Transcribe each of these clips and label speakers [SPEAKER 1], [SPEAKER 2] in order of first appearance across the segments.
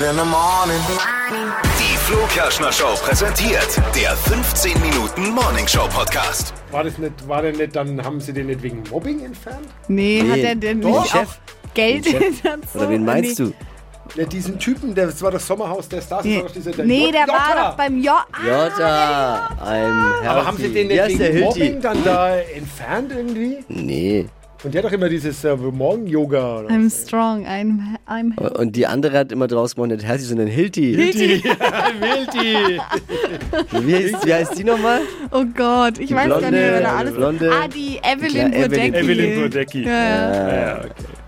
[SPEAKER 1] in the morning.
[SPEAKER 2] Die Flo Kerschner Show präsentiert der 15 Minuten Morning Show Podcast.
[SPEAKER 3] War das nicht, war der nicht, dann haben sie den nicht wegen Mobbing entfernt?
[SPEAKER 4] Nee, hat
[SPEAKER 5] Nee.
[SPEAKER 4] er denn
[SPEAKER 3] Doch.
[SPEAKER 4] nicht
[SPEAKER 5] Chef?
[SPEAKER 4] auch Geld
[SPEAKER 5] Den Chef?
[SPEAKER 4] dazu?
[SPEAKER 5] Oder wen meinst
[SPEAKER 4] nee.
[SPEAKER 5] du?
[SPEAKER 3] Ja, diesen Typen, der, das war das Sommerhaus der Stars, das
[SPEAKER 4] Nee,
[SPEAKER 3] war doch dieser
[SPEAKER 4] der, nee, der war
[SPEAKER 3] Jotta.
[SPEAKER 4] doch beim Jo. Ah,
[SPEAKER 5] Jota, I'm
[SPEAKER 3] Aber haben sie den nicht
[SPEAKER 5] Ja, ist der
[SPEAKER 3] wegen Mobbing
[SPEAKER 5] Hilti.
[SPEAKER 3] dann da entfernt irgendwie?
[SPEAKER 5] Nee.
[SPEAKER 3] Und der hat doch immer dieses äh, Morgen-Yoga. oder
[SPEAKER 4] I'm strong, I'm, I'm
[SPEAKER 5] Und die andere hat immer draus gemacht, nicht Herzi, sondern Hilti.
[SPEAKER 4] Hilti.
[SPEAKER 3] Wildi!
[SPEAKER 5] Wie heißt, wie heißt die nochmal?
[SPEAKER 4] Oh Gott, ich weiß gar
[SPEAKER 5] Blonde,
[SPEAKER 4] nicht, wer da alles
[SPEAKER 5] Blonde.
[SPEAKER 4] Ah, die Evelyn
[SPEAKER 5] Klar, Evelyn.
[SPEAKER 4] Bodecki.
[SPEAKER 3] Evelyn Bodecki.
[SPEAKER 4] Ja, ja.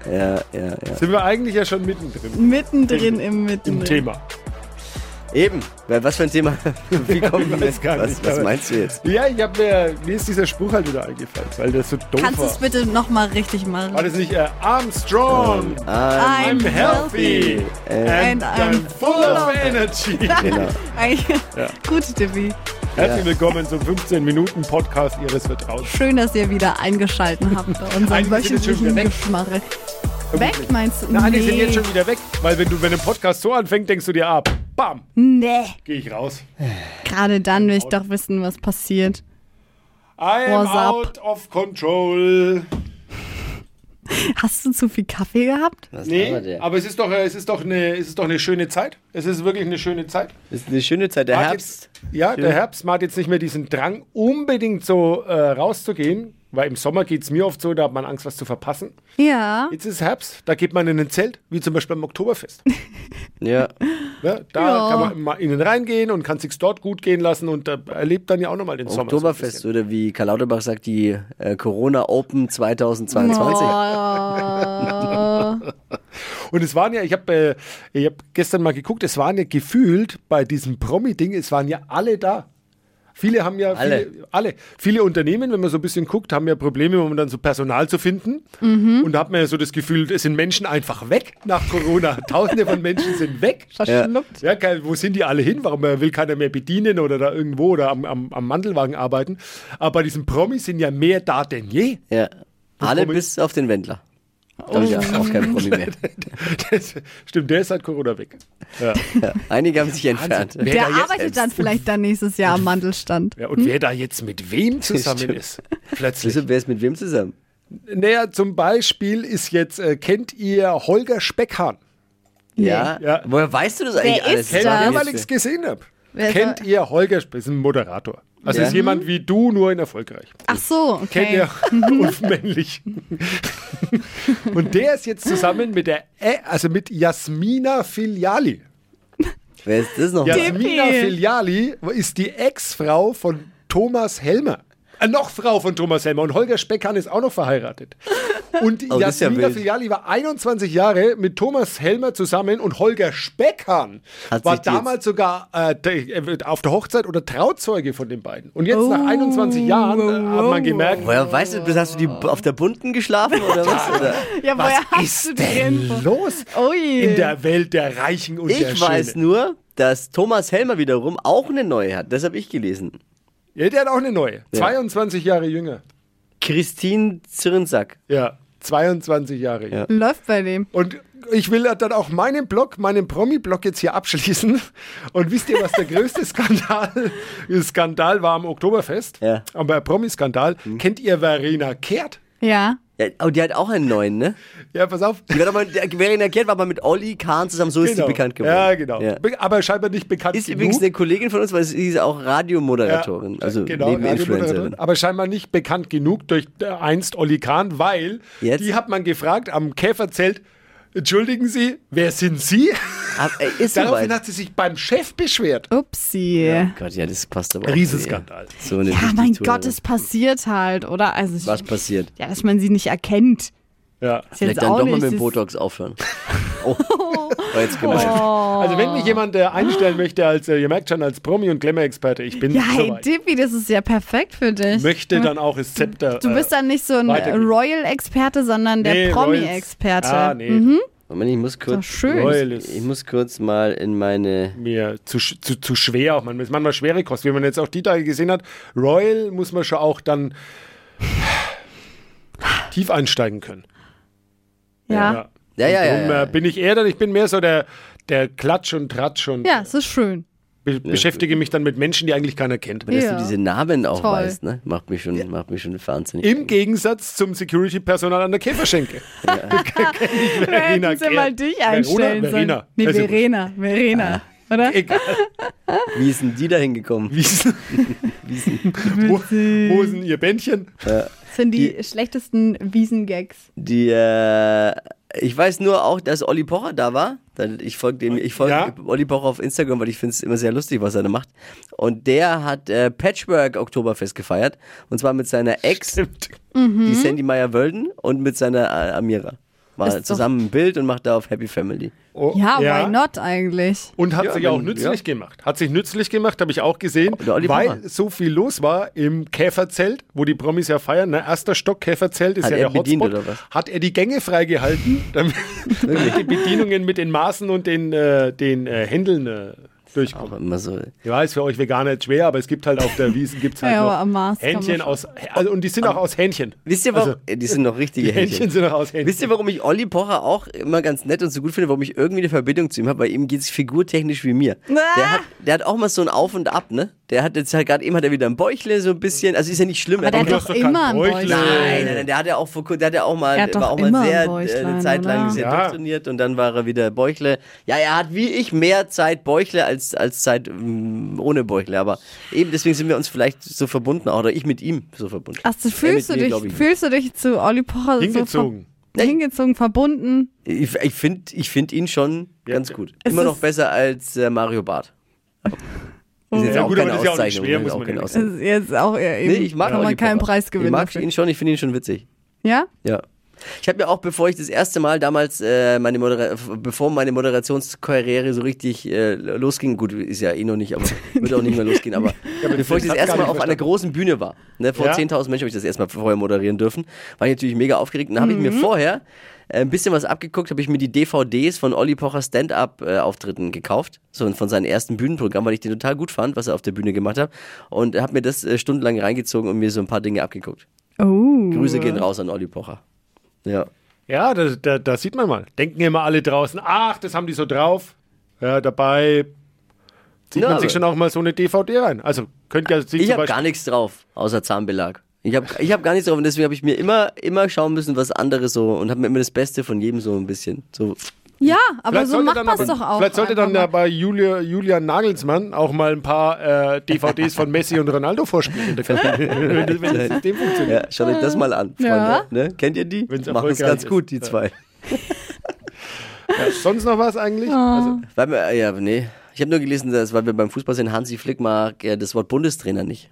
[SPEAKER 5] Ja, ja, ja.
[SPEAKER 3] Sind wir eigentlich ja schon mittendrin
[SPEAKER 4] Mittendrin im Mittendrin.
[SPEAKER 3] im Thema.
[SPEAKER 5] Eben. Weil Was für ein Thema? Wie kommen wir?
[SPEAKER 3] weiß gar
[SPEAKER 5] Was,
[SPEAKER 3] nicht,
[SPEAKER 5] was
[SPEAKER 3] aber-
[SPEAKER 5] meinst du jetzt?
[SPEAKER 3] Ja, ich hab mir, mir ist dieser Spruch halt wieder eingefallen, weil der so doof
[SPEAKER 4] Kannst du es
[SPEAKER 3] war.
[SPEAKER 4] bitte nochmal richtig machen?
[SPEAKER 3] War das nicht äh, I'm strong,
[SPEAKER 5] Ah,
[SPEAKER 4] I'm
[SPEAKER 3] I'm healthy, and,
[SPEAKER 4] and
[SPEAKER 3] I'm
[SPEAKER 4] I'm
[SPEAKER 3] full of energy.
[SPEAKER 5] genau.
[SPEAKER 4] Eigentlich- Gut, Dippy.
[SPEAKER 3] Herzlich willkommen zum 15-Minuten-Podcast Ihres Vertrauens.
[SPEAKER 4] Schön, dass ihr wieder eingeschalten habt bei
[SPEAKER 3] Eigentlich
[SPEAKER 4] unserem
[SPEAKER 3] sind jetzt schon wieder
[SPEAKER 4] wöchentlichen
[SPEAKER 3] weg.
[SPEAKER 4] Geschmarre. Weg, meinst du?
[SPEAKER 3] Na, einige
[SPEAKER 4] nee.
[SPEAKER 3] sind jetzt schon wieder weg, weil wenn du wenn ein Podcast so anfängt, denkst du dir ab, bam,
[SPEAKER 4] nee,
[SPEAKER 3] gehe ich raus.
[SPEAKER 4] gerade dann will ich
[SPEAKER 5] Genau.
[SPEAKER 4] doch wissen, was passiert.
[SPEAKER 3] I am
[SPEAKER 4] What's up?
[SPEAKER 3] out of control.
[SPEAKER 4] Hast du zu viel Kaffee gehabt?
[SPEAKER 5] Was nee,
[SPEAKER 3] Nee,
[SPEAKER 5] der?
[SPEAKER 3] aber es ist doch äh, es ist doch eine es ist doch eine schöne Zeit. Es ist wirklich eine schöne Zeit.
[SPEAKER 5] Ist eine schöne Zeit. Der
[SPEAKER 3] Mag
[SPEAKER 5] Herbst.
[SPEAKER 3] Jetzt, ja, der Herbst macht jetzt nicht mehr diesen Drang unbedingt so äh, rauszugehen, weil im Sommer geht es mir oft so, da hat man Angst was zu verpassen.
[SPEAKER 4] Ja.
[SPEAKER 3] Jetzt ist Herbst, da geht man in ein Zelt, wie zum Beispiel am Oktoberfest.
[SPEAKER 5] Ja.
[SPEAKER 3] Ne? Da
[SPEAKER 4] Ja.
[SPEAKER 3] kann man mal innen reingehen und kann sich dort gut gehen lassen und äh, erlebt dann ja auch nochmal den Sommer. so ein
[SPEAKER 5] Oktoberfest oder wie Karl Lauterbach sagt, die äh, Corona Open 2022.
[SPEAKER 4] Oh.
[SPEAKER 3] Und es waren ja, ich habe äh, ich hab gestern mal geguckt, es waren ja gefühlt bei diesem Promi-Ding, es waren ja alle da. Viele haben ja,
[SPEAKER 5] Alle.
[SPEAKER 3] Viele, alle, viele Unternehmen, wenn man so ein bisschen guckt, haben ja Probleme, um dann so Personal zu finden. Und da hat man ja so das Gefühl, es sind Menschen einfach weg nach Corona. Tausende von Menschen sind weg.
[SPEAKER 4] Verschluckt.
[SPEAKER 3] Ja, geil, wo sind die alle hin? Warum äh, will keiner mehr bedienen oder da irgendwo oder am, am, am Mandelwagen arbeiten? Aber bei diesen Promis sind ja mehr da denn je.
[SPEAKER 5] Ja. Alle
[SPEAKER 3] Promi- Oh.
[SPEAKER 5] bis auf den Wendler. Da ist ja auch kein Promi mehr.
[SPEAKER 3] Das, stimmt, der ist seit Corona weg.
[SPEAKER 5] Einige haben sich entfernt.
[SPEAKER 3] Wer
[SPEAKER 4] Der
[SPEAKER 3] da jetzt-
[SPEAKER 4] arbeitet dann vielleicht dann nächstes Jahr am Mandelstand.
[SPEAKER 3] Ja, und wer da jetzt mit wem zusammen
[SPEAKER 5] Stimmt.
[SPEAKER 3] ist, plötzlich.
[SPEAKER 5] Wieso, wer ist mit wem zusammen?
[SPEAKER 3] Also, Naja, zum Beispiel ist jetzt, äh, kennt ihr Holger Speckhahn?
[SPEAKER 5] Ja?
[SPEAKER 3] Ja.
[SPEAKER 5] Woher weißt du das eigentlich
[SPEAKER 4] Wer
[SPEAKER 5] alles?
[SPEAKER 4] ist
[SPEAKER 3] Kennt
[SPEAKER 4] Ja.
[SPEAKER 3] ihr, weil ich es gesehen habe.
[SPEAKER 4] Wer ist
[SPEAKER 3] Kennt
[SPEAKER 4] er?
[SPEAKER 3] ihr Holger Speckhahn? Ist ein Moderator. Also
[SPEAKER 5] Ja.
[SPEAKER 3] ist jemand wie du, nur in erfolgreich.
[SPEAKER 4] Ach so,
[SPEAKER 3] Kennt
[SPEAKER 4] okay.
[SPEAKER 3] ihr? Und männlich. und der ist jetzt zusammen mit der, Ä- also mit Jasmina Filiali.
[SPEAKER 5] Wer ist das nochmal?
[SPEAKER 3] Jasmina
[SPEAKER 4] Tippi.
[SPEAKER 3] Filiali ist die Ex-Frau von Thomas Helmer. Äh, noch Frau von Thomas Helmer. Und Holger Speckhahn ist auch noch verheiratet. Und
[SPEAKER 5] Oh, das ist ja
[SPEAKER 3] Jasmina
[SPEAKER 5] wild.
[SPEAKER 3] Filiali war 21 Jahre mit Thomas Helmer zusammen und Holger Speckhahn
[SPEAKER 5] Hat
[SPEAKER 3] war
[SPEAKER 5] sich die
[SPEAKER 3] damals sogar äh, de- äh, auf der Hochzeit oder Trauzeuge von den beiden. Und jetzt nach 21 Jahren äh, hat man gemerkt,
[SPEAKER 5] Woher weißt du, Oh, hast du die
[SPEAKER 4] Oh.
[SPEAKER 5] auf der bunten geschlafen oder was? Oder?
[SPEAKER 4] Ja, woher
[SPEAKER 3] was
[SPEAKER 4] hast du
[SPEAKER 3] ist
[SPEAKER 4] die Info?
[SPEAKER 3] denn los
[SPEAKER 4] Ui.
[SPEAKER 3] in der Welt der Reichen und der
[SPEAKER 5] Ich weiß
[SPEAKER 3] Schönen?
[SPEAKER 5] nur, dass Thomas Helmer wiederum auch eine neue hat. Das habe ich gelesen.
[SPEAKER 3] Ja, der hat auch eine neue.
[SPEAKER 5] Ja.
[SPEAKER 3] 22 Jahre jünger.
[SPEAKER 5] Christine Zirnsack.
[SPEAKER 3] Ja, 22 Jahre jünger.
[SPEAKER 5] Ja.
[SPEAKER 4] Läuft bei dem.
[SPEAKER 3] Und ich will dann auch meinen Blog, meinen Promi-Blog jetzt hier abschließen. Und wisst ihr, was der größte Skandal, Skandal war am Oktoberfest?
[SPEAKER 5] Ja. Mhm.
[SPEAKER 3] Aber Promi-Skandal. Kennt ihr Verena Kehrt?
[SPEAKER 4] Ja.
[SPEAKER 5] Ja, aber die hat auch einen neuen, ne?
[SPEAKER 3] Ja, pass auf.
[SPEAKER 5] Die war doch mal, der, Verena Kehrt war mal mit Olli Kahn zusammen, so ist die bekannt geworden.
[SPEAKER 3] Ja, genau.
[SPEAKER 5] Ja.
[SPEAKER 3] Be- Aber scheinbar nicht bekannt
[SPEAKER 5] Ist
[SPEAKER 3] genug.
[SPEAKER 5] übrigens eine Kollegin von uns, weil sie ist auch Radiomoderatorin,
[SPEAKER 3] Ja,
[SPEAKER 5] also
[SPEAKER 3] genau,
[SPEAKER 5] neben
[SPEAKER 3] Radiomoderatorin.
[SPEAKER 5] Influencerin.
[SPEAKER 3] Aber scheinbar nicht bekannt genug durch äh, einst Olli Kahn, weil
[SPEAKER 5] Jetzt?
[SPEAKER 3] die hat man gefragt am Käferzelt, entschuldigen Sie, wer sind Sie?
[SPEAKER 5] Aber, Ah, ey, ist
[SPEAKER 3] Daraufhin
[SPEAKER 5] soweit.
[SPEAKER 3] hat sie sich beim Chef beschwert.
[SPEAKER 4] Upsi. Ja,
[SPEAKER 5] Gott, ja, das passt aber auch.
[SPEAKER 3] Riesenskandal.
[SPEAKER 5] Nee. So eine
[SPEAKER 4] mein
[SPEAKER 5] Dichtur,
[SPEAKER 4] Gott,
[SPEAKER 5] ne?
[SPEAKER 4] es passiert halt, oder? Also ich,
[SPEAKER 5] Was passiert?
[SPEAKER 4] Ja, dass man sie nicht erkennt.
[SPEAKER 3] Ja.
[SPEAKER 4] Ist
[SPEAKER 5] Vielleicht
[SPEAKER 4] jetzt
[SPEAKER 5] dann
[SPEAKER 4] auch
[SPEAKER 5] doch mal
[SPEAKER 4] nicht.
[SPEAKER 5] mit dem
[SPEAKER 4] das-
[SPEAKER 5] Botox aufhören. Oh, war jetzt genau. gemein.
[SPEAKER 4] Oh.
[SPEAKER 3] Also wenn mich jemand äh, einstellen möchte, als äh, ihr merkt schon, als Promi- und Glamour-Experte, ich bin
[SPEAKER 4] Ja, hey,
[SPEAKER 3] soweit.
[SPEAKER 4] Dippy, das ist ja perfekt für dich.
[SPEAKER 3] möchte dann auch das Zepter. äh,
[SPEAKER 4] Du bist dann nicht so ein
[SPEAKER 3] weitergehen.
[SPEAKER 4] Royal-Experte, sondern der Promi-Experte.
[SPEAKER 3] Ah,
[SPEAKER 4] Hm, Mhm.
[SPEAKER 3] nee,
[SPEAKER 5] Moment, ich muss kurz.
[SPEAKER 4] Oh. schön.
[SPEAKER 3] Royal ist-
[SPEAKER 5] Ich muss kurz mal in meine.
[SPEAKER 3] mir zu, sch- zu, zu schwer auch. Man ist manchmal schwere Kost, wie man jetzt auch die Tage gesehen hat. Royal muss man schon auch dann tief einsteigen können.
[SPEAKER 4] Ja.
[SPEAKER 3] Ja.
[SPEAKER 5] Ja, ja, ja.
[SPEAKER 3] Darum
[SPEAKER 5] ja.
[SPEAKER 3] äh, bin ich eher dann, ich bin mehr so der, der Klatsch und Tratsch und
[SPEAKER 4] Ja, es ist schön.
[SPEAKER 3] be beschäftige mich dann mit Menschen, die eigentlich keiner kennt.
[SPEAKER 5] Dass
[SPEAKER 4] Ja.
[SPEAKER 5] du diese Namen auch
[SPEAKER 4] Toll.
[SPEAKER 5] weißt, ne? Macht mich schon, macht mich schon wahnsinnig.
[SPEAKER 3] Im Gegensatz zum Security-Personal an der Käferschenke. Verena
[SPEAKER 4] Hätten sie
[SPEAKER 3] Kehrt.
[SPEAKER 4] mal dich
[SPEAKER 3] Verona?
[SPEAKER 4] einstellen sollen.
[SPEAKER 3] Verena.
[SPEAKER 4] Nee,
[SPEAKER 3] Also gut.
[SPEAKER 4] Verena. Verena. Oder?
[SPEAKER 3] Egal.
[SPEAKER 5] Wie ist denn die da hingekommen?
[SPEAKER 3] Wiesen. Wo, wo ist denn ihr Bändchen?
[SPEAKER 4] Das sind die, schlechtesten Wiesengags.
[SPEAKER 5] Die, äh, ich weiß nur auch, dass Olli Pocher da war. Dann- Ich folge dem, ich folge
[SPEAKER 3] Ja.
[SPEAKER 5] Olli Pocher auf Instagram, weil ich finde es immer sehr lustig, was er da macht. Und der hat äh, Patchwork Oktoberfest gefeiert. Und zwar mit seiner Ex, die Sandy Meyer Wölden, und mit seiner äh, Amira.
[SPEAKER 4] Mhm. Ist
[SPEAKER 5] War
[SPEAKER 4] doch-
[SPEAKER 5] zusammen ein Bild und macht da auf Happy Family.
[SPEAKER 3] Oh,
[SPEAKER 4] Ja, why not eigentlich?
[SPEAKER 3] Und hat
[SPEAKER 5] Ja,
[SPEAKER 3] sich
[SPEAKER 5] wenn-
[SPEAKER 3] auch nützlich
[SPEAKER 5] ja. Oh,
[SPEAKER 3] gemacht. Hat sich nützlich gemacht, habe ich auch gesehen,
[SPEAKER 5] Der Olli Pocher.
[SPEAKER 3] weil so viel los war im Käferzelt, wo die Promis ja feiern. Ne? Erster Stock Käferzelt ist
[SPEAKER 5] Hat
[SPEAKER 3] ja
[SPEAKER 5] er
[SPEAKER 3] der Hotspot.
[SPEAKER 5] bedient oder was?
[SPEAKER 3] Hat er die Gänge freigehalten, damit die Bedienungen mit den Maßen und den, äh, den äh, Händeln äh, durchkommen.
[SPEAKER 5] Auch immer so.
[SPEAKER 3] Ich weiß, für euch Veganer ist schwer, aber es gibt halt auf der Wiesen gibt's halt
[SPEAKER 4] Ja, aber
[SPEAKER 3] noch
[SPEAKER 4] am Mars kann man
[SPEAKER 3] Hähnchen
[SPEAKER 4] schon-
[SPEAKER 3] aus, also, und die sind auch aus Hähnchen.
[SPEAKER 5] Wisst ihr, warum?
[SPEAKER 3] Also,
[SPEAKER 5] Äh, die sind noch richtige
[SPEAKER 3] die Hähnchen sind auch aus Hähnchen.
[SPEAKER 5] Wisst ihr, warum ich Olli Pocher auch immer ganz nett und so gut finde, warum ich irgendwie eine Verbindung zu ihm habe? Bei ihm geht es figurtechnisch wie mir. Der, hat, der hat auch mal so ein Auf und Ab, ne? Der hat jetzt halt gerade eben hat er wieder ein Bäuchle so ein bisschen. Also ist ja nicht schlimm.
[SPEAKER 4] Aber der
[SPEAKER 5] er hat
[SPEAKER 4] hat doch
[SPEAKER 3] hast doch kein
[SPEAKER 4] immer ein
[SPEAKER 3] Bräuchlein.
[SPEAKER 4] Bäuchlein.
[SPEAKER 5] Nein, nein, nein, der hat ja auch vor kurzem, der hat ja auch mal,
[SPEAKER 4] Äh. Er hat doch
[SPEAKER 5] war auch
[SPEAKER 4] immer
[SPEAKER 5] mal
[SPEAKER 4] ein
[SPEAKER 5] sehr, äh,
[SPEAKER 4] Bäuchlein,
[SPEAKER 5] eine Zeit lang
[SPEAKER 4] oder?
[SPEAKER 5] sehr
[SPEAKER 3] Ja.
[SPEAKER 5] durchtrainiert und dann war er wieder Bäuchle. Ja, er hat wie ich mehr Zeit Bäuchle als, als Zeit mm, ohne Bäuchle, aber eben deswegen sind wir uns vielleicht so verbunden, auch, oder ich mit ihm so verbunden.
[SPEAKER 4] Ach, so,
[SPEAKER 5] Er mit
[SPEAKER 4] fühlst, du
[SPEAKER 5] mir,
[SPEAKER 4] dich,
[SPEAKER 5] glaub ich, nicht.
[SPEAKER 4] fühlst du dich zu Olli Pocher
[SPEAKER 3] Hingezogen.
[SPEAKER 4] so ver hingezogen, verbunden?
[SPEAKER 5] Ich, ich finde ich find ihn schon ganz gut. Immer
[SPEAKER 4] ist- Oh.
[SPEAKER 5] noch besser als äh, Mario Barth. Ist jetzt
[SPEAKER 3] Ja,
[SPEAKER 5] auch
[SPEAKER 3] gut, aber
[SPEAKER 5] keine
[SPEAKER 3] das ist ja auch nicht
[SPEAKER 5] Auszeichnung. das
[SPEAKER 3] schwer,
[SPEAKER 5] ist
[SPEAKER 3] muss
[SPEAKER 5] auch
[SPEAKER 3] man
[SPEAKER 5] keine
[SPEAKER 3] ja
[SPEAKER 4] Das
[SPEAKER 5] Auszeichnung.
[SPEAKER 4] ist jetzt auch eher eben.
[SPEAKER 5] Nee, ich mag
[SPEAKER 4] kann man
[SPEAKER 5] Olli
[SPEAKER 4] keinen
[SPEAKER 5] Pocher.
[SPEAKER 4] Preis gewinnen.
[SPEAKER 5] Ich mag
[SPEAKER 4] dafür.
[SPEAKER 5] ihn schon, ich finde ihn schon witzig.
[SPEAKER 4] Ja?
[SPEAKER 5] Ja. Ich habe ja auch, bevor ich das erste Mal damals, äh, meine Modera bevor meine Moderationskarriere so richtig äh, losging, gut, ist ja eh noch nicht, aber wird auch nicht mehr losgehen, aber bevor ich das
[SPEAKER 3] das hat's
[SPEAKER 5] erste
[SPEAKER 3] gar
[SPEAKER 5] Mal
[SPEAKER 3] nicht
[SPEAKER 5] auf einer großen Bühne war, ne, vor
[SPEAKER 3] Ja.
[SPEAKER 5] 10.000 Menschen habe ich das erstmal vorher moderieren dürfen, war ich natürlich mega aufgeregt und dann habe
[SPEAKER 3] Mhm.
[SPEAKER 5] ich mir vorher äh, ein bisschen was abgeguckt, habe ich mir die DVDs von Olli Pocher Stand-Up-Auftritten gekauft, so von seinem ersten Bühnenprogramm, weil ich den total gut fand, was er auf der Bühne gemacht hat und habe mir das äh, stundenlang reingezogen und mir so ein paar Dinge abgeguckt.
[SPEAKER 4] Oh.
[SPEAKER 5] Grüße
[SPEAKER 3] Mhm.
[SPEAKER 5] gehen raus an Olli Pocher. Ja.
[SPEAKER 3] Ja, da, da, da sieht man mal. Denken immer alle draußen, ach, das haben die so drauf. Ja, dabei zieht
[SPEAKER 5] Ja,
[SPEAKER 3] man
[SPEAKER 5] aber-
[SPEAKER 3] sich schon auch mal so eine DVD rein. Also könnt ihr sich
[SPEAKER 5] Ich
[SPEAKER 3] zum
[SPEAKER 5] habe
[SPEAKER 3] Beispiel.
[SPEAKER 5] gar nichts drauf, außer Zahnbelag. Ich habe ich hab gar nichts drauf und deswegen habe ich mir immer, immer schauen müssen, was andere so und habe mir immer das Beste von jedem so ein bisschen. So,
[SPEAKER 4] Ja,
[SPEAKER 3] Vielleicht
[SPEAKER 4] aber so
[SPEAKER 3] sollte
[SPEAKER 4] Also, macht
[SPEAKER 3] dann
[SPEAKER 4] man es
[SPEAKER 3] aber-
[SPEAKER 4] doch auch.
[SPEAKER 3] Vielleicht sollte dann
[SPEAKER 4] einfach
[SPEAKER 3] ja
[SPEAKER 4] mal.
[SPEAKER 3] bei Julia, Julian Nagelsmann auch mal ein paar äh, DVDs von Messi und Ronaldo vorspielen. wenn, das- wenn das System funktioniert.
[SPEAKER 5] ja, schaut euch das mal an, Freunde.
[SPEAKER 4] Ja.
[SPEAKER 5] Ne? Kennt ihr die?
[SPEAKER 3] Wenn's
[SPEAKER 5] Machen es
[SPEAKER 3] erfolgreich
[SPEAKER 5] ganz
[SPEAKER 3] ist.
[SPEAKER 5] gut, die
[SPEAKER 3] Ja.
[SPEAKER 5] zwei.
[SPEAKER 3] Ja, sonst noch was eigentlich? Also,
[SPEAKER 5] Weil wir, äh, ja, nee. Ich habe nur gelesen, dass, weil wir beim Fußball sind, Hansi Flick mag äh, das Wort Bundestrainer nicht.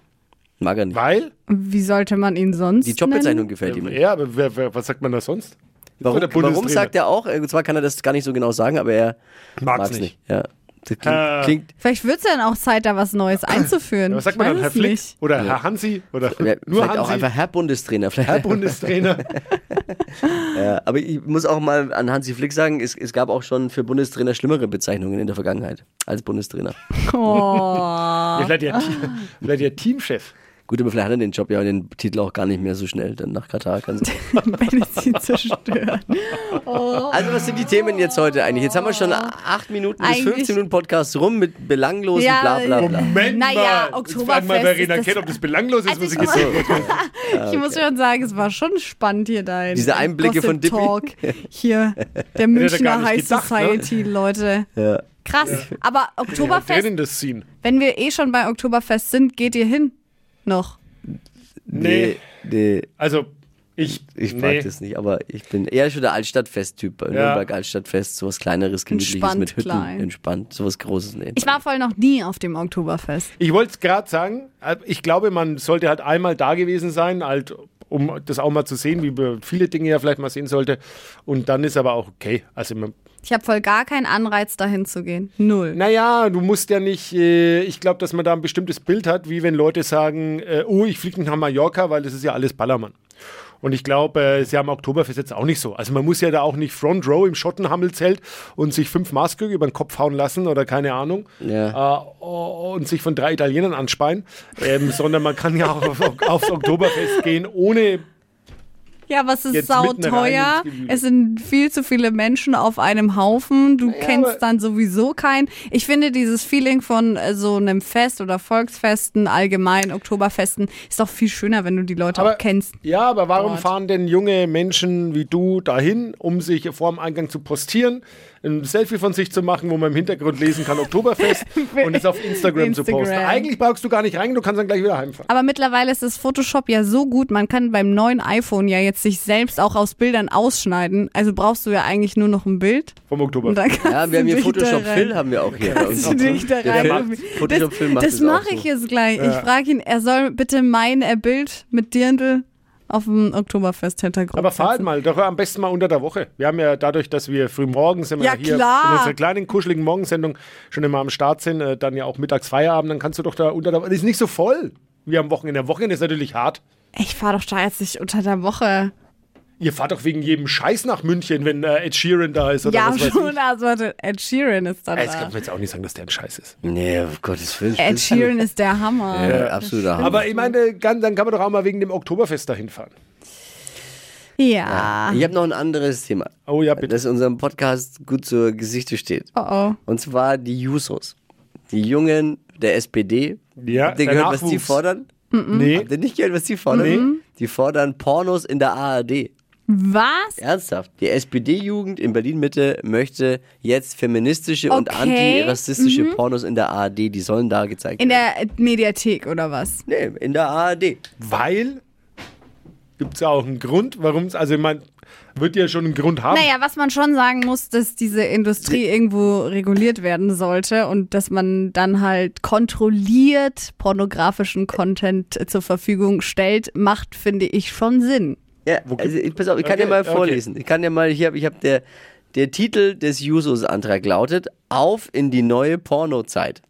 [SPEAKER 5] Mag er nicht.
[SPEAKER 3] weil?
[SPEAKER 4] Wie sollte man ihn sonst
[SPEAKER 5] Die Jobbezeichnung
[SPEAKER 4] nennen?
[SPEAKER 5] gefällt ihm nicht.
[SPEAKER 3] Ja, aber wer, wer, was sagt man da sonst?
[SPEAKER 5] Warum,
[SPEAKER 3] Oder
[SPEAKER 5] warum
[SPEAKER 3] Bundestrainer.
[SPEAKER 5] sagt er auch? äh, Und zwar kann er das gar nicht so genau sagen, aber er
[SPEAKER 3] Mag's
[SPEAKER 5] mag's
[SPEAKER 3] nicht.
[SPEAKER 5] nicht. Ja. Das klingt,
[SPEAKER 3] Äh.
[SPEAKER 5] klingt
[SPEAKER 4] Vielleicht wird es dann auch Zeit, da was Neues einzuführen.
[SPEAKER 3] Ja, was sagt
[SPEAKER 4] Ich
[SPEAKER 3] man dann,
[SPEAKER 4] weiß
[SPEAKER 3] Herr
[SPEAKER 4] es
[SPEAKER 3] Flick?
[SPEAKER 4] nicht.
[SPEAKER 3] Oder Herr Hansi? Oder
[SPEAKER 4] Äh,
[SPEAKER 5] Ja,
[SPEAKER 3] nur
[SPEAKER 5] vielleicht auch
[SPEAKER 3] Hansi?
[SPEAKER 5] einfach Herr Bundestrainer. Vielleicht.
[SPEAKER 3] Herr Bundestrainer.
[SPEAKER 5] ja, aber ich muss auch mal an Hansi Flick sagen, es, es gab auch schon für Bundestrainer schlimmere Bezeichnungen in der Vergangenheit als Bundestrainer.
[SPEAKER 4] Oh.
[SPEAKER 3] Ja, vielleicht, ja, vielleicht ja Teamchef.
[SPEAKER 5] Gut, aber vielleicht hat er den Job ja und den Titel auch gar nicht mehr so schnell dann nach Katar. Kann sein.
[SPEAKER 4] wenn ich sie zerstören. Oh.
[SPEAKER 5] also was sind die Themen jetzt heute eigentlich? Jetzt haben wir schon acht Minuten bis
[SPEAKER 4] Eigentlich-
[SPEAKER 5] 15 Minuten Podcast rum mit belanglosen
[SPEAKER 4] Ja, ähm.
[SPEAKER 5] Blablabla. Bla, bla.
[SPEAKER 3] Moment
[SPEAKER 4] Naja,
[SPEAKER 3] mal. Jetzt
[SPEAKER 4] Oktoberfest
[SPEAKER 3] fragen wir Verena
[SPEAKER 4] ist das-
[SPEAKER 3] Kehrt, ob das belanglos ist,
[SPEAKER 4] Also
[SPEAKER 3] was
[SPEAKER 4] ich
[SPEAKER 3] ich jetzt
[SPEAKER 4] muss-
[SPEAKER 3] sage.
[SPEAKER 4] Ich muss schon sagen, es war schon spannend hier dein
[SPEAKER 5] Diese Einblicke
[SPEAKER 4] Gossip
[SPEAKER 5] von Dippy.
[SPEAKER 4] Talk hier der
[SPEAKER 3] gar
[SPEAKER 4] Münchner
[SPEAKER 3] nicht
[SPEAKER 4] High
[SPEAKER 3] gedacht, ne?
[SPEAKER 4] Society Leute.
[SPEAKER 5] Ja.
[SPEAKER 4] Krass, aber
[SPEAKER 3] Wer
[SPEAKER 4] Oktoberfest,
[SPEAKER 3] denn das ziehen?
[SPEAKER 4] wenn wir eh schon bei Oktoberfest sind, geht ihr hin noch.
[SPEAKER 3] Nee.
[SPEAKER 5] nee,
[SPEAKER 3] Also, ich.
[SPEAKER 5] ich mag
[SPEAKER 3] nee.
[SPEAKER 5] das nicht, aber ich bin eher schon der Altstadtfest-Typ. Nürnberg Altstadtfest, sowas kleineres, gemütliches
[SPEAKER 4] Entspannt,
[SPEAKER 5] mit Hütten,
[SPEAKER 4] klein.
[SPEAKER 5] entspannt, sowas großes. Nee.
[SPEAKER 4] Ich war voll noch nie auf dem Oktoberfest.
[SPEAKER 3] Ich wollte es gerade sagen, also ich glaube, man sollte halt einmal da gewesen sein, halt, um das auch mal zu sehen, wie man viele Dinge ja vielleicht mal sehen sollte. Und dann ist aber auch okay. Also, man-
[SPEAKER 4] Ich habe voll gar keinen Anreiz, dahin zu gehen. Null.
[SPEAKER 3] naja, du musst ja nicht, äh, ich glaube, dass man da ein bestimmtes Bild hat, wie wenn Leute sagen, äh, oh, ich fliege nicht nach Mallorca, weil das ist ja alles Ballermann. Und ich glaube, äh, ist ja am Oktoberfest jetzt auch nicht so. Also man muss ja da auch nicht Front Row im Schottenhammelzelt und sich fünf Maßkrüge über den Kopf hauen lassen oder keine Ahnung.
[SPEAKER 5] Ja.
[SPEAKER 3] Äh, oh, und sich von drei Italienern anspeien. Ähm, sondern man kann ja auch auf, aufs Oktoberfest gehen, ohne
[SPEAKER 4] Ja, aber es ist
[SPEAKER 3] Jetzt mitten rein
[SPEAKER 4] sauteuer.
[SPEAKER 3] ins Gewühl.
[SPEAKER 4] Es sind viel zu viele Menschen auf einem Haufen. Du
[SPEAKER 3] aber-
[SPEAKER 4] kennst dann sowieso keinen. Ich finde dieses Feeling von äh, so einem Fest oder Volksfesten, allgemein Oktoberfesten, ist doch viel schöner, wenn du die Leute auch kennst.
[SPEAKER 3] Ja, aber warum
[SPEAKER 4] Dort.
[SPEAKER 3] fahren denn junge Menschen wie du dahin, um sich vor dem Eingang zu postieren, ein Selfie von sich zu machen, wo man im Hintergrund lesen kann Oktoberfest und es auf Instagram, zu posten?
[SPEAKER 4] Instagram.
[SPEAKER 3] Eigentlich brauchst du gar nicht rein, du kannst dann gleich wieder heimfahren.
[SPEAKER 4] Aber mittlerweile ist das Photoshop ja so gut, man kann beim neuen iPhone ja jetzt sich selbst auch aus Bildern ausschneiden. Also brauchst du ja eigentlich nur noch ein Bild.
[SPEAKER 3] Vom
[SPEAKER 4] Und
[SPEAKER 3] Oktoberfest.
[SPEAKER 4] dann kannst
[SPEAKER 5] Ja, wir haben
[SPEAKER 4] du
[SPEAKER 5] hier
[SPEAKER 4] dich da
[SPEAKER 5] Photoshop
[SPEAKER 4] rein-
[SPEAKER 5] Phil haben wir auch hier. bei uns.
[SPEAKER 4] Kannst du dich da
[SPEAKER 5] Der
[SPEAKER 4] rein
[SPEAKER 5] Phil-
[SPEAKER 4] irgendwie-
[SPEAKER 5] Photoshop Phil macht
[SPEAKER 4] Das
[SPEAKER 5] das auch
[SPEAKER 4] mache
[SPEAKER 5] so.
[SPEAKER 4] ich jetzt gleich. Ich
[SPEAKER 3] Ja.
[SPEAKER 4] frage ihn, er soll bitte mein äh, Bild mit Dirndl auf dem Oktoberfest-Hintergrund.
[SPEAKER 3] Aber fahr halt
[SPEAKER 4] setzen.
[SPEAKER 3] mal, doch am besten mal unter der Woche. Wir haben ja dadurch, dass wir früh morgens immer
[SPEAKER 4] Ja,
[SPEAKER 3] hier
[SPEAKER 4] klar.
[SPEAKER 3] in unserer kleinen, kuscheligen Morgensendung schon immer am Start sind, äh, dann ja auch mittags Feierabend, dann kannst du doch da unter der Woche. Das ist nicht so voll wie am Wochenende. Am Wochenende ist natürlich hart.
[SPEAKER 4] Ich fahre doch da jetzt nicht unter der Woche.
[SPEAKER 3] Ihr fahrt doch wegen jedem Scheiß nach München, wenn äh, Ed Sheeran da ist oder
[SPEAKER 4] Ja,
[SPEAKER 3] was weiß ich.
[SPEAKER 4] schon. Also, warte, Ed Sheeran ist da.
[SPEAKER 3] Ey, Das kann
[SPEAKER 4] da.
[SPEAKER 3] man jetzt auch nicht sagen, dass der ein Scheiß ist.
[SPEAKER 5] Nee, oh auf Gottes Willen.
[SPEAKER 4] Ed
[SPEAKER 5] spinnst du?
[SPEAKER 4] Sheeran ist der Hammer.
[SPEAKER 5] Ja, absoluter Hammer.
[SPEAKER 3] Aber ich meine, kann, dann kann man doch auch mal wegen dem Oktoberfest dahin fahren.
[SPEAKER 4] Ja.
[SPEAKER 5] Ich habe noch ein anderes Thema,
[SPEAKER 3] Oh ja, bitte.
[SPEAKER 5] das in unserem Podcast gut zur Gesichte steht.
[SPEAKER 4] Oh oh.
[SPEAKER 5] Und zwar die Jusos. Die Jungen der SPD.
[SPEAKER 3] Ja,
[SPEAKER 5] Habt ihr
[SPEAKER 3] der
[SPEAKER 5] gehört, was die
[SPEAKER 3] Nachwuchs.
[SPEAKER 5] fordern?
[SPEAKER 4] Mhm.
[SPEAKER 3] Nee.
[SPEAKER 5] Habt ihr nicht gehört, was die fordern?
[SPEAKER 3] Nee.
[SPEAKER 5] Die fordern Pornos in der ARD.
[SPEAKER 4] Was?
[SPEAKER 5] Ernsthaft. Die SPD-Jugend in Berlin-Mitte möchte jetzt feministische und
[SPEAKER 4] Okay. Mhm.
[SPEAKER 5] antirassistische Pornos in der ARD. Die sollen da gezeigt
[SPEAKER 4] In
[SPEAKER 5] werden.
[SPEAKER 4] der Mediathek oder was?
[SPEAKER 5] Nee, in der ARD.
[SPEAKER 3] Weil gibt es ja auch einen Grund, warum es, also ich meine, wird ja schon einen Grund haben.
[SPEAKER 4] Naja, was man schon sagen muss, dass diese Industrie irgendwo reguliert werden sollte und dass man dann halt kontrolliert pornografischen Content äh, zur Verfügung stellt, macht, finde ich, schon Sinn.
[SPEAKER 5] Ja, also, ich- pass auf, ich kann
[SPEAKER 3] Okay,
[SPEAKER 5] dir mal
[SPEAKER 3] okay.
[SPEAKER 5] vorlesen. Ich kann dir mal, ich habe ich hab der, der Titel des Jusos-Antrag lautet Auf in die neue Pornozeit.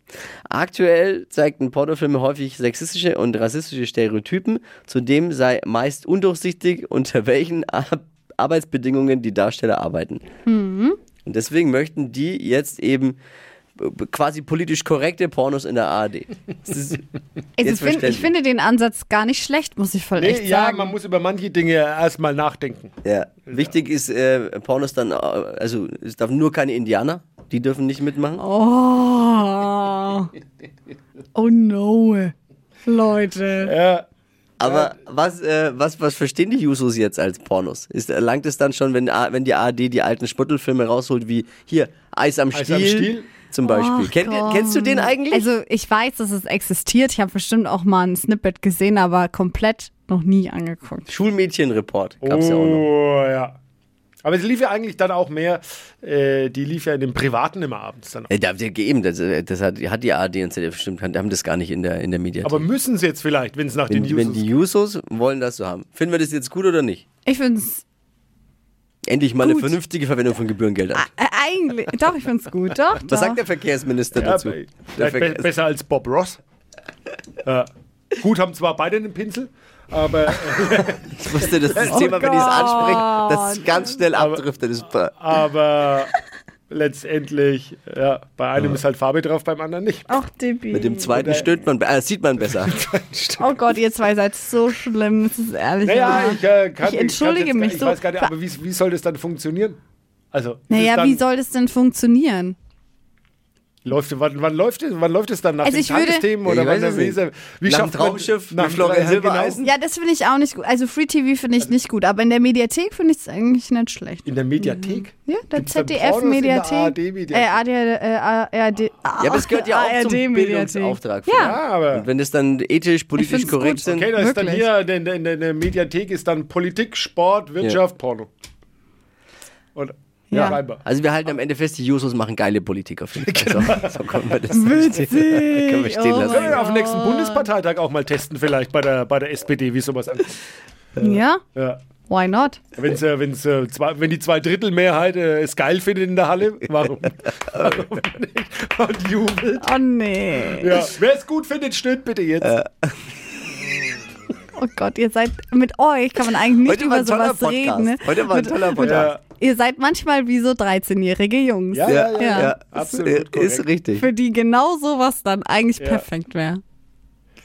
[SPEAKER 5] Aktuell zeigten Pornofilme häufig sexistische und rassistische Stereotypen. Zudem sei meist undurchsichtig, unter welchen Ar- Arbeitsbedingungen die Darsteller arbeiten. Und deswegen möchten die jetzt eben äh, quasi politisch korrekte Pornos in der ARD. Das ist,
[SPEAKER 4] Also
[SPEAKER 5] Jetzt
[SPEAKER 4] ich, find,
[SPEAKER 5] verständlich.
[SPEAKER 4] ich finde den Ansatz gar nicht schlecht, muss ich voll echt
[SPEAKER 3] nee, ja,
[SPEAKER 4] sagen.
[SPEAKER 3] man muss über manche Dinge erstmal nachdenken.
[SPEAKER 5] Ja. Wichtig ist, äh, Pornos dann, äh, also es darf nur keine Indianer, die dürfen nicht mitmachen.
[SPEAKER 4] Oh. Oh no. Leute.
[SPEAKER 3] Äh,
[SPEAKER 5] Aber was, äh, was, was verstehen die Jusos jetzt als Pornos? Ist, langt es dann schon, wenn, A- wenn die ARD die alten Sputtelfilme rausholt, wie hier Eis am Stiel,
[SPEAKER 3] Eis am Stiel? Oh
[SPEAKER 5] zum Beispiel?
[SPEAKER 4] Ach,
[SPEAKER 5] Kennt, ihr- kennst du den
[SPEAKER 4] komm.
[SPEAKER 5] eigentlich?
[SPEAKER 4] Also ich weiß, dass es existiert. Ich habe bestimmt auch mal ein Snippet gesehen, aber komplett noch nie angeguckt.
[SPEAKER 5] Schulmädchenreport gab's ja auch noch.
[SPEAKER 3] oh, ja. Aber es lief ja eigentlich dann auch mehr, äh, die lief ja in dem Privaten immer abends dann. auch.
[SPEAKER 5] Äh, Da habt ihr gegeben, das, äh, das hat, hat die ARD und ZDF bestimmt, haben das gar nicht in der, in der Mediathek.
[SPEAKER 3] Aber müssen sie jetzt vielleicht, wenn es nach
[SPEAKER 5] wenn,
[SPEAKER 3] den News
[SPEAKER 5] wenn die Jusos wollen das so haben, finden wir das jetzt gut oder nicht?
[SPEAKER 4] Ich finde es
[SPEAKER 5] Endlich mal
[SPEAKER 4] Gut.
[SPEAKER 5] eine vernünftige Verwendung von Gebührengeldern.
[SPEAKER 4] eigentlich, doch, ich finde es gut, doch.
[SPEAKER 5] Was
[SPEAKER 4] doch.
[SPEAKER 5] sagt der Verkehrsminister
[SPEAKER 3] Ja,
[SPEAKER 5] dazu?
[SPEAKER 3] be-
[SPEAKER 5] Der
[SPEAKER 3] vielleicht be
[SPEAKER 5] Verkehrs
[SPEAKER 3] besser als Bob Ross. ja. Gut, haben zwar beide einen Pinsel, aber, äh,
[SPEAKER 5] ich wusste, dass
[SPEAKER 4] Oh
[SPEAKER 5] das Thema, wenn ich es anspreche, dass es ganz schnell abdriftet. Das Ist ba-
[SPEAKER 3] aber letztendlich, ja, bei einem ist halt Farbe drauf, beim anderen nicht.
[SPEAKER 4] Ach, Debbie.
[SPEAKER 5] mit dem zweiten stöhnt man, be- äh, sieht man besser.
[SPEAKER 4] oh Gott, ihr zwei seid so schlimm, es ist ehrlich.
[SPEAKER 3] Naja,
[SPEAKER 4] wahr.
[SPEAKER 3] ich äh, kann
[SPEAKER 4] ich entschuldige
[SPEAKER 3] kann's jetzt gar- Ich
[SPEAKER 4] mich so.
[SPEAKER 3] weiß gar nicht, aber wie, wie soll das dann funktionieren? Also, ist es
[SPEAKER 4] naja,
[SPEAKER 3] dann,
[SPEAKER 4] wie soll das denn funktionieren?
[SPEAKER 3] läuft, wann, wann läuft es? Wann läuft es dann nach
[SPEAKER 4] Also
[SPEAKER 3] den
[SPEAKER 4] ich würde-
[SPEAKER 3] Tagesthemen
[SPEAKER 5] Ja,
[SPEAKER 3] oder
[SPEAKER 5] ich weiß
[SPEAKER 3] wann
[SPEAKER 5] es
[SPEAKER 3] der
[SPEAKER 5] nicht.
[SPEAKER 3] Weser? Wie
[SPEAKER 5] Nach dem
[SPEAKER 3] schafft man-
[SPEAKER 5] Traumschiff
[SPEAKER 3] nach
[SPEAKER 5] mit Florian
[SPEAKER 3] Florian
[SPEAKER 5] Silbereisen?
[SPEAKER 3] Silbereisen?
[SPEAKER 4] Ja, das finde ich auch nicht gut. Also Free TV finde ich nicht gut, aber in der Mediathek finde ich es eigentlich nicht schlecht.
[SPEAKER 3] genau. In der Mediathek?
[SPEAKER 4] Ja, der
[SPEAKER 3] Gibt's da Pornos in
[SPEAKER 4] ZDF-Mediathek.
[SPEAKER 3] ARD-Mediathek?
[SPEAKER 4] Äh, AD, äh, ARD,
[SPEAKER 5] Ja, aber es gehört ja auch zum Bildungsauftrag. von-
[SPEAKER 4] Ah, Ja.
[SPEAKER 3] Ja, aber.
[SPEAKER 5] Und wenn es dann ethisch, politisch
[SPEAKER 4] find's
[SPEAKER 5] korrekt
[SPEAKER 4] gut.
[SPEAKER 5] sind,
[SPEAKER 3] Okay, da ist dann
[SPEAKER 4] Wirklich?
[SPEAKER 3] hier, in der, in der- in der Mediathek ist dann Politik, Sport, Wirtschaft, Porno. Und ja,
[SPEAKER 4] Ja.
[SPEAKER 3] reinbar.
[SPEAKER 5] also wir halten am Ende fest, die Jusos machen geile Politik auf jeden Fall. So, so können wir das
[SPEAKER 4] Witzig.
[SPEAKER 5] können wir stehen
[SPEAKER 4] Oh
[SPEAKER 5] lassen.
[SPEAKER 3] Können wir Äh, auf dem nächsten Bundesparteitag auch mal testen, vielleicht bei der, bei der SPD, wie sowas ankommt.
[SPEAKER 4] Ja,
[SPEAKER 3] Ja.
[SPEAKER 4] why not?
[SPEAKER 3] Wenn's, äh, wenn's, äh, zwei, wenn die Zweidrittelmehrheit äh, es geil findet in der Halle, warum, warum nicht? Und jubelt.
[SPEAKER 4] Oh nee.
[SPEAKER 3] Ja. Wer es gut findet, stöhnt bitte jetzt.
[SPEAKER 5] Äh,
[SPEAKER 4] Oh Gott, ihr seid mit euch kann man eigentlich nicht
[SPEAKER 5] Heute war
[SPEAKER 4] über
[SPEAKER 5] ein toller
[SPEAKER 4] sowas
[SPEAKER 5] Podcast.
[SPEAKER 4] reden. Ne?
[SPEAKER 5] Heute war ein toller Podcast.
[SPEAKER 3] Ja.
[SPEAKER 4] Ihr seid manchmal wie so 13-jährige Jungs.
[SPEAKER 3] Ja, ja, ja,
[SPEAKER 4] Ja.
[SPEAKER 5] ja.
[SPEAKER 3] Absolut
[SPEAKER 5] Ist- Ist
[SPEAKER 3] korrekt.
[SPEAKER 5] richtig.
[SPEAKER 4] Für die genau sowas dann eigentlich perfekt wäre.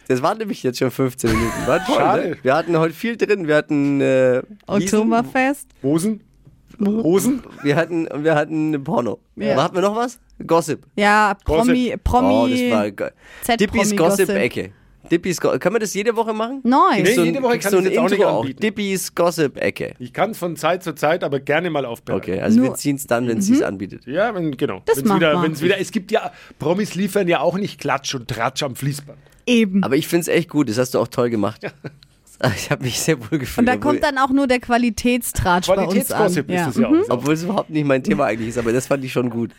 [SPEAKER 5] Das waren nämlich jetzt schon 15 Minuten. War toll,
[SPEAKER 3] Schade.
[SPEAKER 5] ne? Wir hatten heute viel drin. Wir hatten äh, Wiesen,
[SPEAKER 4] Oktoberfest.
[SPEAKER 3] Hosen? Hosen?
[SPEAKER 5] wir hatten wir hatten Porno.
[SPEAKER 4] Ja.
[SPEAKER 5] Hatten wir noch was? Gossip.
[SPEAKER 4] Ja, Promi,
[SPEAKER 5] oh, das
[SPEAKER 4] Promi.
[SPEAKER 5] war geil.
[SPEAKER 4] Z-Promi
[SPEAKER 5] Dippis
[SPEAKER 4] Gossip.
[SPEAKER 5] Gossip-Ecke. Dippis Go Kann man das jede Woche machen?
[SPEAKER 4] Nein.
[SPEAKER 3] Nee,
[SPEAKER 5] So ein-
[SPEAKER 3] jede Woche
[SPEAKER 5] kriegst
[SPEAKER 3] kann
[SPEAKER 5] du
[SPEAKER 3] ich
[SPEAKER 5] ein
[SPEAKER 3] das auch
[SPEAKER 5] Intro
[SPEAKER 3] nicht
[SPEAKER 5] auch.
[SPEAKER 3] anbieten.
[SPEAKER 5] Dippis Gossip-Ecke.
[SPEAKER 3] Ich kann es von Zeit zu Zeit, aber gerne mal aufbereiten.
[SPEAKER 5] Okay, also wir
[SPEAKER 4] Nur- Mhm.
[SPEAKER 5] ziehen es dann, wenn sie es anbietet.
[SPEAKER 3] Ja, wenn, genau.
[SPEAKER 4] Das
[SPEAKER 3] wenn's
[SPEAKER 4] macht
[SPEAKER 3] wieder,
[SPEAKER 4] man.
[SPEAKER 3] wenn's wieder, es gibt ja, Promis liefern ja auch nicht Klatsch und Tratsch am Fließband.
[SPEAKER 4] Eben.
[SPEAKER 5] Aber ich finde es echt gut, das hast du auch toll gemacht. Ich habe mich sehr wohl gefühlt.
[SPEAKER 4] Und da
[SPEAKER 5] obwohl-
[SPEAKER 4] kommt dann auch nur der Qualitätstratsch bei uns an.
[SPEAKER 3] Qualitätsgossip ist
[SPEAKER 4] ja. Mhm.
[SPEAKER 3] es ja auch.
[SPEAKER 5] Obwohl es überhaupt nicht mein Thema eigentlich ist, aber das fand ich schon gut.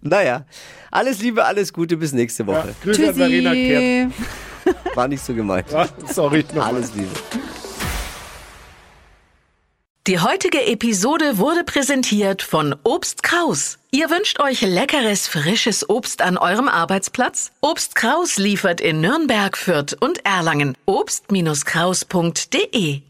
[SPEAKER 5] naja, alles Liebe, alles Gute, bis nächste
[SPEAKER 3] Ja,
[SPEAKER 5] Woche.
[SPEAKER 3] Grüße an Verena Kehrt.
[SPEAKER 4] Tschüssi.
[SPEAKER 5] War nicht so gemeint.
[SPEAKER 3] Ja, sorry, nochmal.
[SPEAKER 5] Alles Liebe.
[SPEAKER 1] Die heutige Episode wurde präsentiert von Obst Kraus. Ihr wünscht euch leckeres, frisches Obst an eurem Arbeitsplatz? Obst Kraus liefert in Nürnberg, Fürth und Erlangen. Obst-Kraus.de